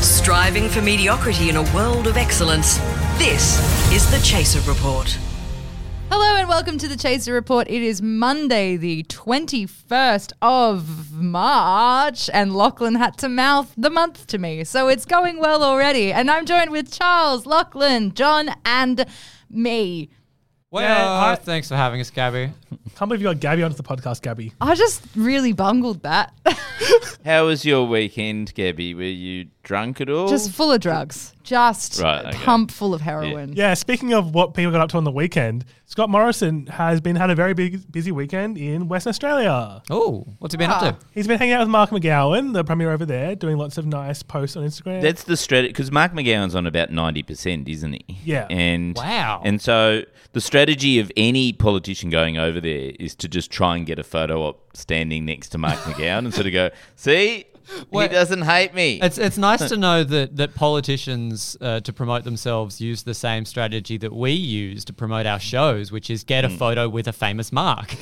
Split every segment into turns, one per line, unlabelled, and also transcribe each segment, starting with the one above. Striving for mediocrity in a world of excellence. This is the Chaser Report.
Hello and welcome to the Chaser Report. It is Monday, the 21st of March, and Lachlan had to mouth the month to me. So it's going well already. And I'm joined with Charles, Lachlan, John, and me.
Well,
Yeah, I-
thanks for having us, Gabby.
Can't believe you got Gabby onto the podcast, Gabby.
I just really bungled that.
How was your weekend, Gabby? Were you drunk at all?
just full of drugs. Just
Oh. Right, okay.
pump full of heroin.
Yeah, speaking of what people got up to on the weekend, Scott Morrison has been had a very big, busy weekend in Western Australia.
Oh, what's he been up
Ah.
to?
He's been hanging out with Mark McGowan, the premier over there, doing lots of nice posts on Instagram.
That's the strategy because Mark McGowan's on about ninety percent, isn't he?
Yeah.
And
Wow.
And so the strategy of any politician going over there is to just try and get a photo op standing next to Mark McGowan and sort of go, "See,
Well,
he doesn't hate me."
It's it's nice to know that that politicians uh, to promote themselves use the same strategy that we use to promote our shows, which is
Hmm.
get a photo with a famous mark.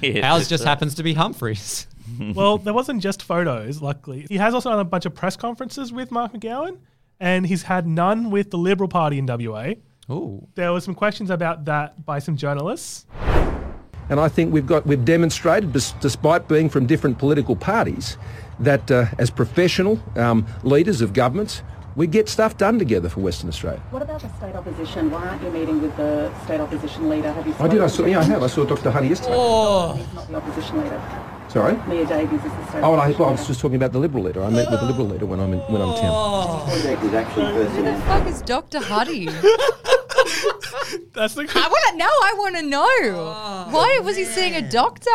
Yes.
Ours just happens to be Humphreys.
well, there wasn't just photos, luckily. He has also done a bunch of press conferences with Mark McGowan, and he's had none with the Liberal Party in WA.
Ooh,
There were some questions about that by some journalists.
And I think we've got we've demonstrated, des- despite being from different political parties, that uh, as professional um, leaders of governments, we get stuff done together for Western Australia.
What about the state opposition? Why aren't you meeting with the state opposition leader? Have you
I did.
spoken
I saw.
to
Yeah, I
him?
have. I saw Dr. Honey yesterday.
He's not the opposition leader.
Sorry.
Mia Davies is the state
Oh,
opposition
and I, well, I
leader.
was just talking about the Liberal leader. I met with the Liberal leader when I'm in, when I'm town.
Who the fuck is Dr. Huddy?
That's the
I want to know. I want to know.
Oh,
Why was he seeing a doctor?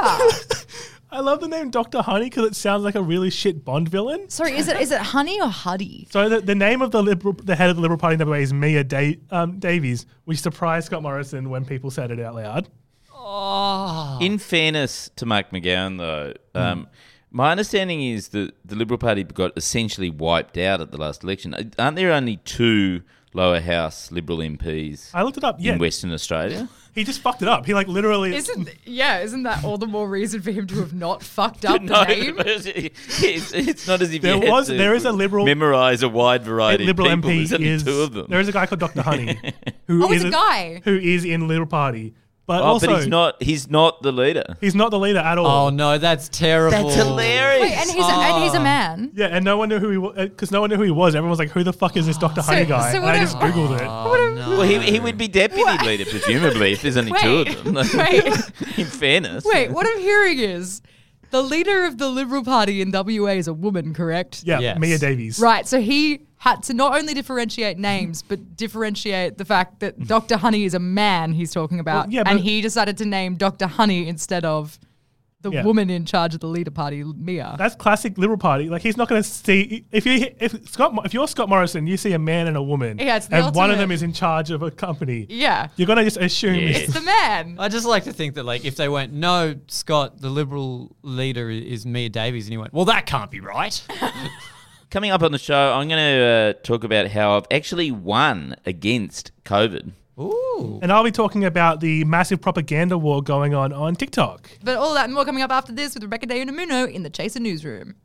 I love the name Dr. Honey because it sounds like a really shit Bond villain.
Sorry, is it is it Honey or Huddy?
So the, the name of the liberal, the head of the Liberal Party in WA is Mia da- um, Davies, which surprised Scott Morrison when people said it out loud.
In fairness to Mark McGowan, though, um, my understanding is that the Liberal Party got essentially wiped out at the last election. Uh, Aren't there only two lower house Liberal MPs
I looked it up. Yeah,
in Western Australia?
he just fucked it up. He like literally.
Isn't yeah? Isn't that all the more reason for him to have not fucked up the name?
it's, it's not as if
There
you had
was-
to
there is a Liberal-
memorize a wide variety
Liberal
of people. There's
MP
only
is
two of them.
there is a guy called Dr. Honey, who
Oh, he's
is
a guy.
who is in Liberal Party, but
oh,
also
but he's not. He's not the leader.
he's not the leader at all.
oh no, that's terrible.
That's hilarious.
Wait, and he's a, and
Oh.
he's a man.
Yeah, and no one knew who he was because no one knew who he was. Everyone was like, "Who the fuck is this Dr. Honey guy?"
so
and
what
I
if-
just googled it.
What a-
well, he, he would be deputy leader presumably if there's only two of them.
wait,
in fairness,
wait. What I'm hearing is the leader of the Liberal Party in WA is a woman, correct?
Yeah,
Yes.
Mia Davies.
Right. So he had to not only differentiate names, but differentiate the fact that Dr. Honey is a man he's talking about,
Mm. Well, yeah,
and
but-
he decided to name Dr. Honey instead of the
Yeah.
woman in charge of the leader party, Mia.
That's classic Liberal Party. Like he's not going to see if you if Scott Mo- if you're Scott Morrison, you see a man and a woman,
Yeah, it's the
and one of
ultimate.
them is in charge of a company.
yeah.
You're going to just assume
Yeah.
it's
It's the man.
I just like to think that, like, if they went, no, Scott, the Liberal leader i- is Mia Davies, and he went, well, that can't be right.
Coming up on the show, I'm going to uh, talk about how I've actually won against COVID.
Ooh.
And I'll be talking about the massive propaganda war going on on TikTok.
But all that and more coming up after this with Rebecca De Unamuno in the Chaser Newsroom.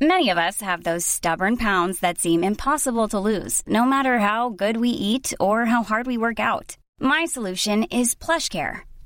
Many of us have those stubborn pounds that seem impossible to lose, no matter how good we eat or how hard we work out. My solution is PlushCare.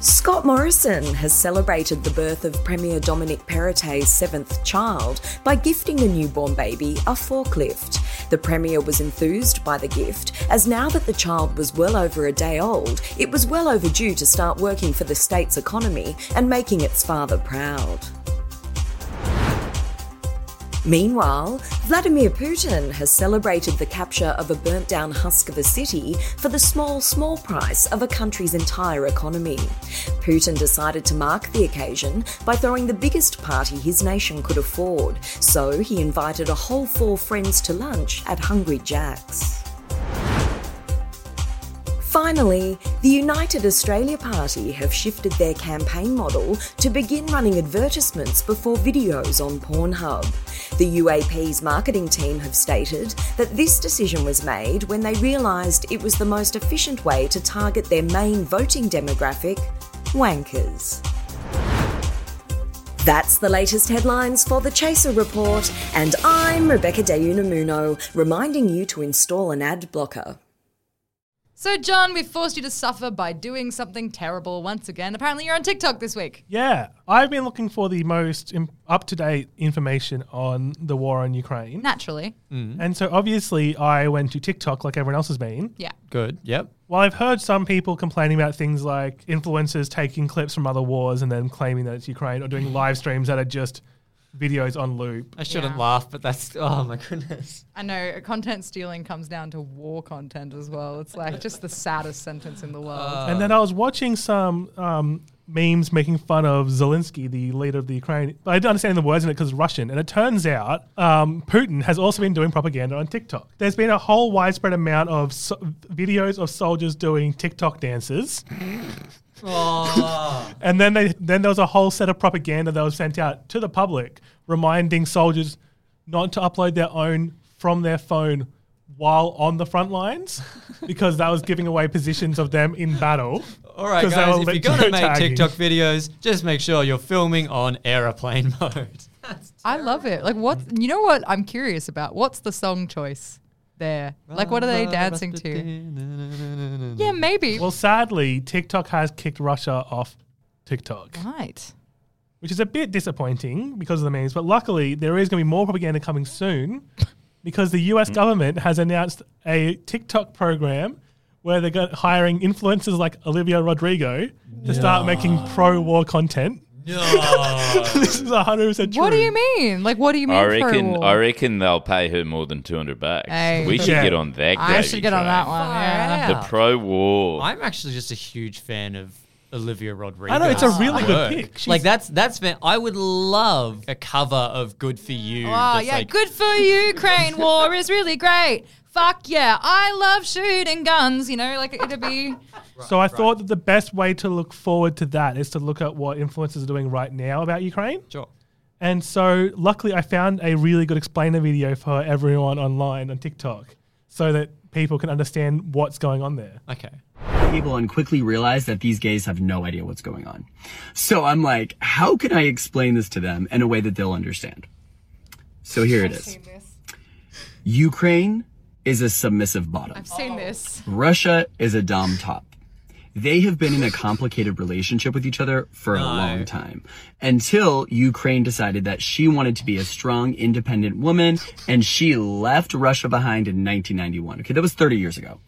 Scott Morrison has celebrated the birth of Premier Dominic Perrottet's seventh child by gifting the newborn baby a forklift. The Premier was enthused by the gift, as now that the child was well over a day old, it was well overdue to start working for the state's economy and making its father proud. Meanwhile, Vladimir Putin has celebrated the capture of a burnt down husk of a city for the small, small price of a country's entire economy. Putin decided to mark the occasion by throwing the biggest party his nation could afford, so he invited a whole four friends to lunch at Hungry Jack's. Finally, the United Australia Party have shifted their campaign model to begin running advertisements before videos on Pornhub. The UAP's marketing team have stated that this decision was made when they realised it was the most efficient way to target their main voting demographic wankers. That's the latest headlines for the Chaser Report, and I'm Rebecca De Unamuno, reminding you to install an ad blocker.
So, John, we've forced you to suffer by doing something terrible once again. Apparently, you're on TikTok this week.
Yeah, I've been looking for the most up to date information on the war on Ukraine.
Naturally.
And so obviously, I went to TikTok like everyone else has been.
Yeah.
Good. Yep.
Well, I've heard some people complaining about things like influencers taking clips from other wars and then claiming that it's Ukraine or doing live streams that are just videos on loop.
I shouldn't
Yeah.
laugh, but that's oh my goodness.
I know content stealing comes down to war content as well. It's like just the saddest sentence in the world.
and then I was watching some um, memes making fun of Zelensky, the leader of the Ukraine. I didn't understand the words in it because it's Russian. And it turns out um, Putin has also been doing propaganda on TikTok. There's been a whole widespread amount of so- videos of soldiers doing TikTok dances. and then they then there was a whole set of propaganda that was sent out to the public, reminding soldiers not to upload their own from their phone while on the front lines, because that was giving away positions of them in battle.
All right,
'Cause they
guys.
were
If you're
lit-
gonna make
tagging.
TikTok videos, just make sure you're filming on aeroplane mode.
I love it. Like, what?
Mm.
You know what? I'm curious about what's the song choice there? Like, what are they dancing to? Yeah, maybe.
Well, sadly, TikTok has kicked Russia off TikTok,
right.
which is a bit disappointing because of the memes. But luckily, there is going to be more propaganda coming soon because the US government has announced a TikTok program where they're go- hiring influencers like Olivia Rodrigo to start making pro war content.
No.
This is 100% true.
What do you mean? Like, what do you mean?
I
for a
reckon
war?
I reckon they'll pay her more than two hundred bucks.
Hey.
We should
Yeah.
get on that.
I
gravy
should get on
train.
that one. Yeah.
The pro war.
I'm actually just a huge fan of Olivia Rodrigo.
I know, it's a really good pick. She's-
like that's that's fan- I would love a cover of "Good for You."
Oh,
that's
yeah.
like-
Good for you, Ukraine. War is really great. Fuck yeah. I love shooting guns. You know, like, it'd be.
So I thought that the best way to look forward to that is to look at what influencers are doing right now about Ukraine.
Sure.
And so, luckily, I found a really good explainer video for everyone online on TikTok so that people can understand what's going on there.
Okay.
table and quickly realized that these gays have no idea what's going on. So I'm like, how can I explain this to them in a way that they'll understand? So here it is. Ukraine is a submissive bottom.
I've seen this.
Russia is a dom top. They have been in a complicated relationship with each other for a long time until Ukraine decided that she wanted to be a strong, independent woman and she left Russia behind in 1991. Okay, that was 30 years ago.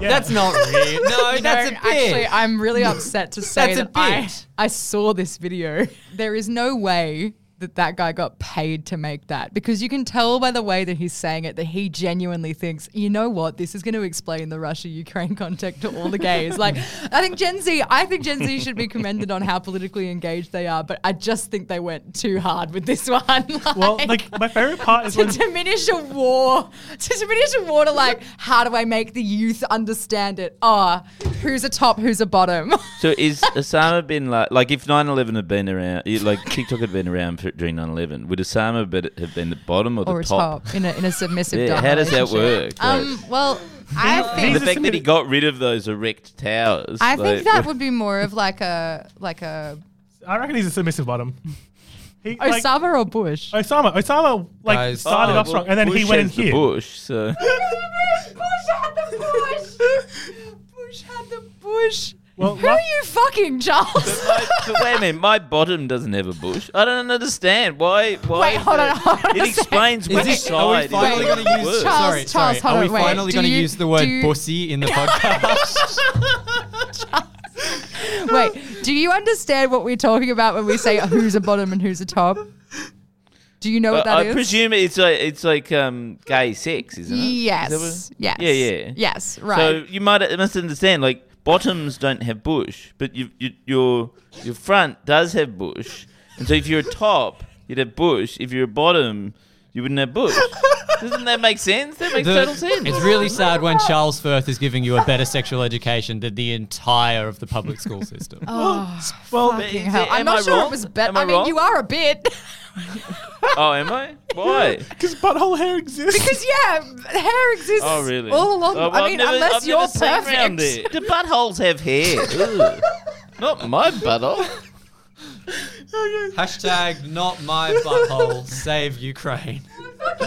That's not real. No, that's a
No,
bit.
Actually, I'm really upset to say
That's a
that I,
bit.
I saw this video. There is no way that that guy got paid to make that because you can tell by the way that he's saying it that he genuinely thinks, you know what, this is going to explain the Russia Ukraine contact to all the gays. like, I think Gen Z, I think Gen Z should be commended on how politically engaged they are, but I just think they went too hard with this one. Like-
Well, like, my favorite part is
to
when.
diminish a war, to diminish a war to like, how do I make the youth understand it? Ah, who's a top, who's a bottom?
So is Osama bin Laden like if 9/11 had been around, eh, like TikTok had been around for, during 9/11, would Osama be- have been the bottom or the
or a
top?
top, in, a, in a submissive
Yeah, how does that work?
Um, well, I
Like,
think.
the fact that he got rid of those erect towers.
I think
like,
that would be more of like a like a
I reckon he's a submissive bottom. He, like,
Osama or Bush.
Osama. Osama, like,
Guys.
started
Oh,
off strong and then
Bush
he went in
has the
here.
Bush, so
Bush had the Bush. Bush had the Bush.
Well,
Who
la-
are you fucking, Charles?
But wait a minute, my bottom doesn't have a bush. I don't understand why. Why?
Wait,
is
hold on,
that-
hold on a
It
sec.
explains which
Is this, are we
side.
finally
is
going to use?
worse.
Charles,
sorry,
Charles, hold
sorry. are we
on, wait.
finally
Do
going to
you-
use the word
do you-
"pussy" in the podcast?
Wait, do you understand what we're talking about when we say who's a bottom and who's a top? Do you know what
But
that
Uh, I
is?
presume it's like it's like um, gay sex, isn't it? Is
Yes.
that what-
yes.
Yeah, yeah.
Yes. Right.
So you might you must understand like bottoms don't have bush, but you, you your your front does have bush, and so if you're a top, you'd have bush. If you're a bottom, you wouldn't have bush. Doesn't that make sense? That makes
The-
total sense.
It's really sad when Charles Firth is giving you a better sexual education than the entire of the public school system.
Well,
Fucking
is
hell.
it-
I'm
Oh, am
not
I
sure it
wrong?
was better.
Am
I,
I
mean,
wrong?
you are a bit.
Oh, am I? Why?
because butthole hair exists.
Because, yeah, hair exists
Oh, really?
all along.
Oh, well,
I
I've
mean,
never-
unless
I've
you're
never seen round there.
perfect.
Do buttholes have hair? Ew. Not my butthole.
Hashtag not my butthole, save Ukraine.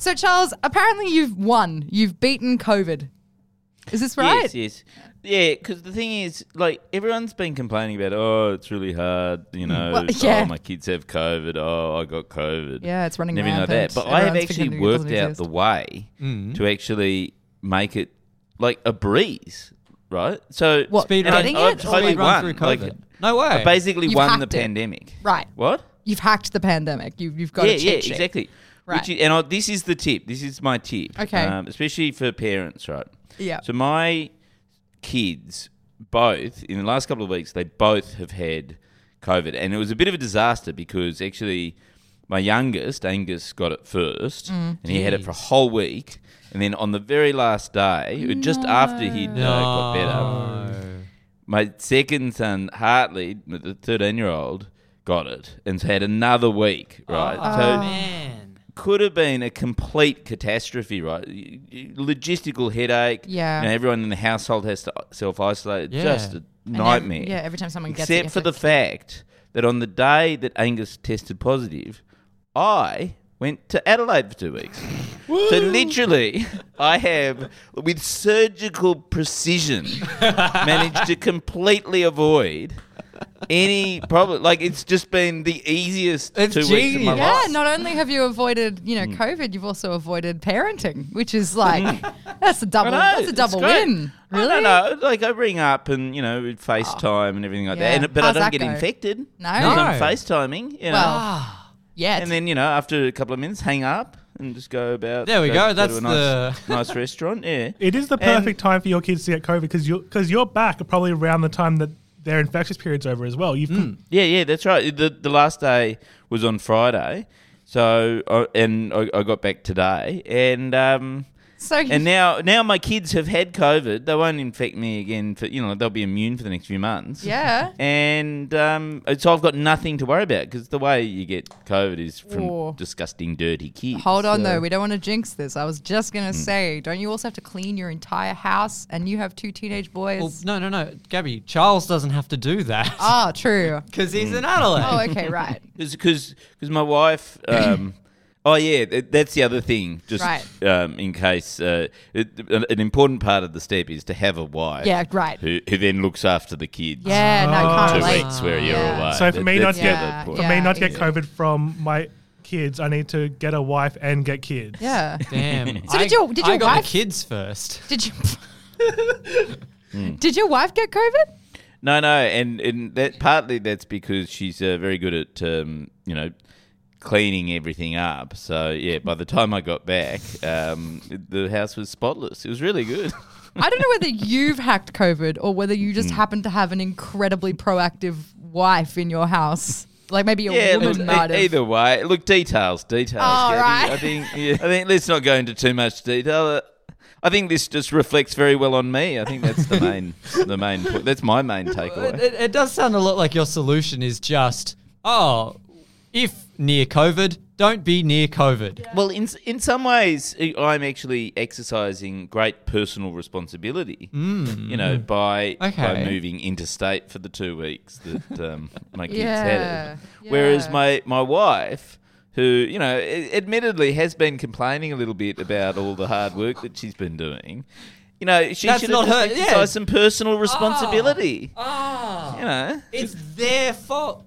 So, Charles, apparently you've won. You've beaten COVID. Is this right?
Yes, yes. Yeah, because the thing is, like, everyone's been complaining about, oh, it's really hard, you know,
Well, yeah.
oh, my kids have COVID, oh, I got COVID.
Yeah, it's running
and everything like
rampant.
that. But I have
Everyone's
actually
pretending it doesn't
worked out
exist.
the way
Mm.
to actually make it, like, a breeze, right? So,
What, Speed
and I-
running
I've
it or
totally
like-
run
won.
through COVID.
Like,
no way.
I basically
You've
won the
hacked it.
pandemic.
Right.
What?
You've hacked the pandemic. You, you've got a
yeah,
cheat
yeah,
sheet.
exactly.
Right.
Which is, and I, this is the tip. This is my tip. Um,
Okay.
especially for parents, right?
Yeah.
So my kids, both in the last couple of weeks, they both have had COVID, and it was a bit of a disaster because actually, my youngest Angus got it first, and he had it for a whole week, and then on the very last day, just after he uh, got better, my second son, Hartley, the 13 year old, got it and had another week, right? so, could have been a complete catastrophe, right? Y- y- Logistical headache.
Yeah.
You know, everyone in the household has to self isolate.
Yeah.
Just a
And ev-
nightmare.
yeah, every time someone gets
Except
it,
for the fact that on the day that Angus tested positive, I went to Adelaide for two weeks. so literally, I have, with surgical precision, managed to completely avoid any problem. Like it's just been the easiest
It's
two weeks of my
genius.
life.
yeah, not only have you avoided, you know,
Hmm.
COVID, you've also avoided parenting, which is like that's a double
I know,
that's a
it's
double
great.
win.
I
Really?
don't know. Like I ring up and you know we'd FaceTime and everything like
Yeah.
that, and, but
How's
I don't
that
get
go?
infected.
No?
'cause I'm
No.
FaceTiming, you know.
Well, yet.
and then you know after a couple of minutes, hang up and just go about.
There we go, that's
to a nice, nice restaurant. Yeah,
It is the perfect time for your kids to get COVID because you're because you're back probably around the time that their infectious period's over as well. You've
yeah, yeah. That's right. The the last day was on Friday, so I and I, I got back today, and um.
so
And now, now my kids have had COVID. They won't infect me again. For you know, they'll be immune for the next few months.
yeah.
And um, so I've got nothing to worry about because the way you get COVID is from
Or-
disgusting, dirty kids.
Hold on
so- Hmm.
though, we don't want to jinx this. I was just gonna say, don't you also have to clean your entire house and you have two teenage boys?
Well, no, no, no. Gabby, Charles doesn't have to do that
Ah, true.
because
Hmm.
he's in Adelaide.
Oh, okay, right.
Because my wife. Um, oh, yeah, th- that's the other thing. Just
Right.
um, in case. Uh, it, an- an important part of the step is to have a wife.
Yeah, right.
Who, who then looks after the kids.
Yeah, no, can't
Two
relate.
weeks where you're
Yeah.
away.
Oh. So for me not
that's
to
the
get
other point.
for
Yeah,
me not to get
yeah.
COVID from my kids, I need to get a wife and get kids.
Yeah.
Damn.
So did
I-
your- did
I
your
got
wife-
the kids first.
Did you Did your wife get COVID?
No, no, and, and that partly that's because she's uh, very good at um, you know cleaning everything up. So yeah, by the time I got back, um, the house was spotless. It was really good.
I don't know whether you've hacked COVID or whether you just happen to have an incredibly proactive wife in your house. Like maybe a
yeah,
woman
look,
might have.
e- either way, look details, details.
All
Gabby.
right.
I think yeah, I think let's not go into too much detail. Uh, I think this just reflects very well on me. I think that's the main the main point. That's my main takeaway.
It, it does sound a lot like your solution is just, oh, if near COVID, don't be near COVID.
Well, in in some ways, I- I'm actually exercising great personal responsibility. You know, by
Mm. Okay.
by moving interstate for the two weeks that um, my kids
Yeah,
had it. Whereas
yeah.
my my wife. Who you know, a- admittedly, has been complaining a little bit about all the hard work that she's been doing. You know, she
That's
should
not
have just
her- Oh. yeah.
exercised some personal responsibility.
Ah,
You know,
it's their fault.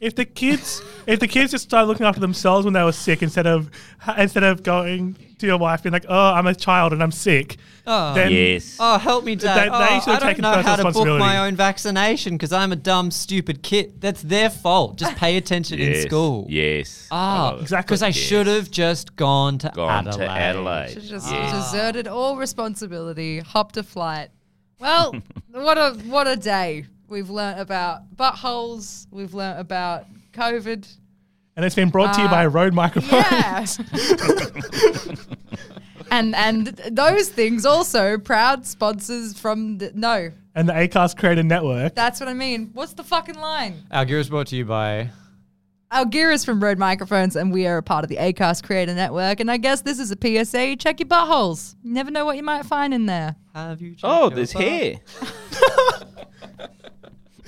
If the kids, if the kids just started looking after themselves when they were sick instead of instead of going to your wife being like, "Oh, I'm a child and I'm sick,"
Oh. Oh, help me, Dad.
They-
oh,
they should
I
have
don't
taken
know
personal
how to book
responsibility.
my own vaccination because I'm a dumb, stupid kid. That's their fault. Just pay attention in
Yes,
school.
Yes. Oh,
Ah,
Exactly.
Because I should have just gone to
Gone
Adelaide.
to Adelaide.
Should just
Yes.
deserted all responsibility, hopped a flight. Well, what a what a day we've learnt about buttholes. We've learnt about COVID.
and it's been brought to you by Rode microphones.
Yeah. and and those things also proud sponsors from the, no.
and the Acast Creator Network.
That's what I mean. What's the fucking line?
Our gear is brought to you by.
Our gear is from Rode Microphones, and we are a part of the Acast Creator Network. And I guess this is a PSA: check your buttholes. You never know what you might find in there.
Have you? checked
Oh,
your
there's
butt?
hair.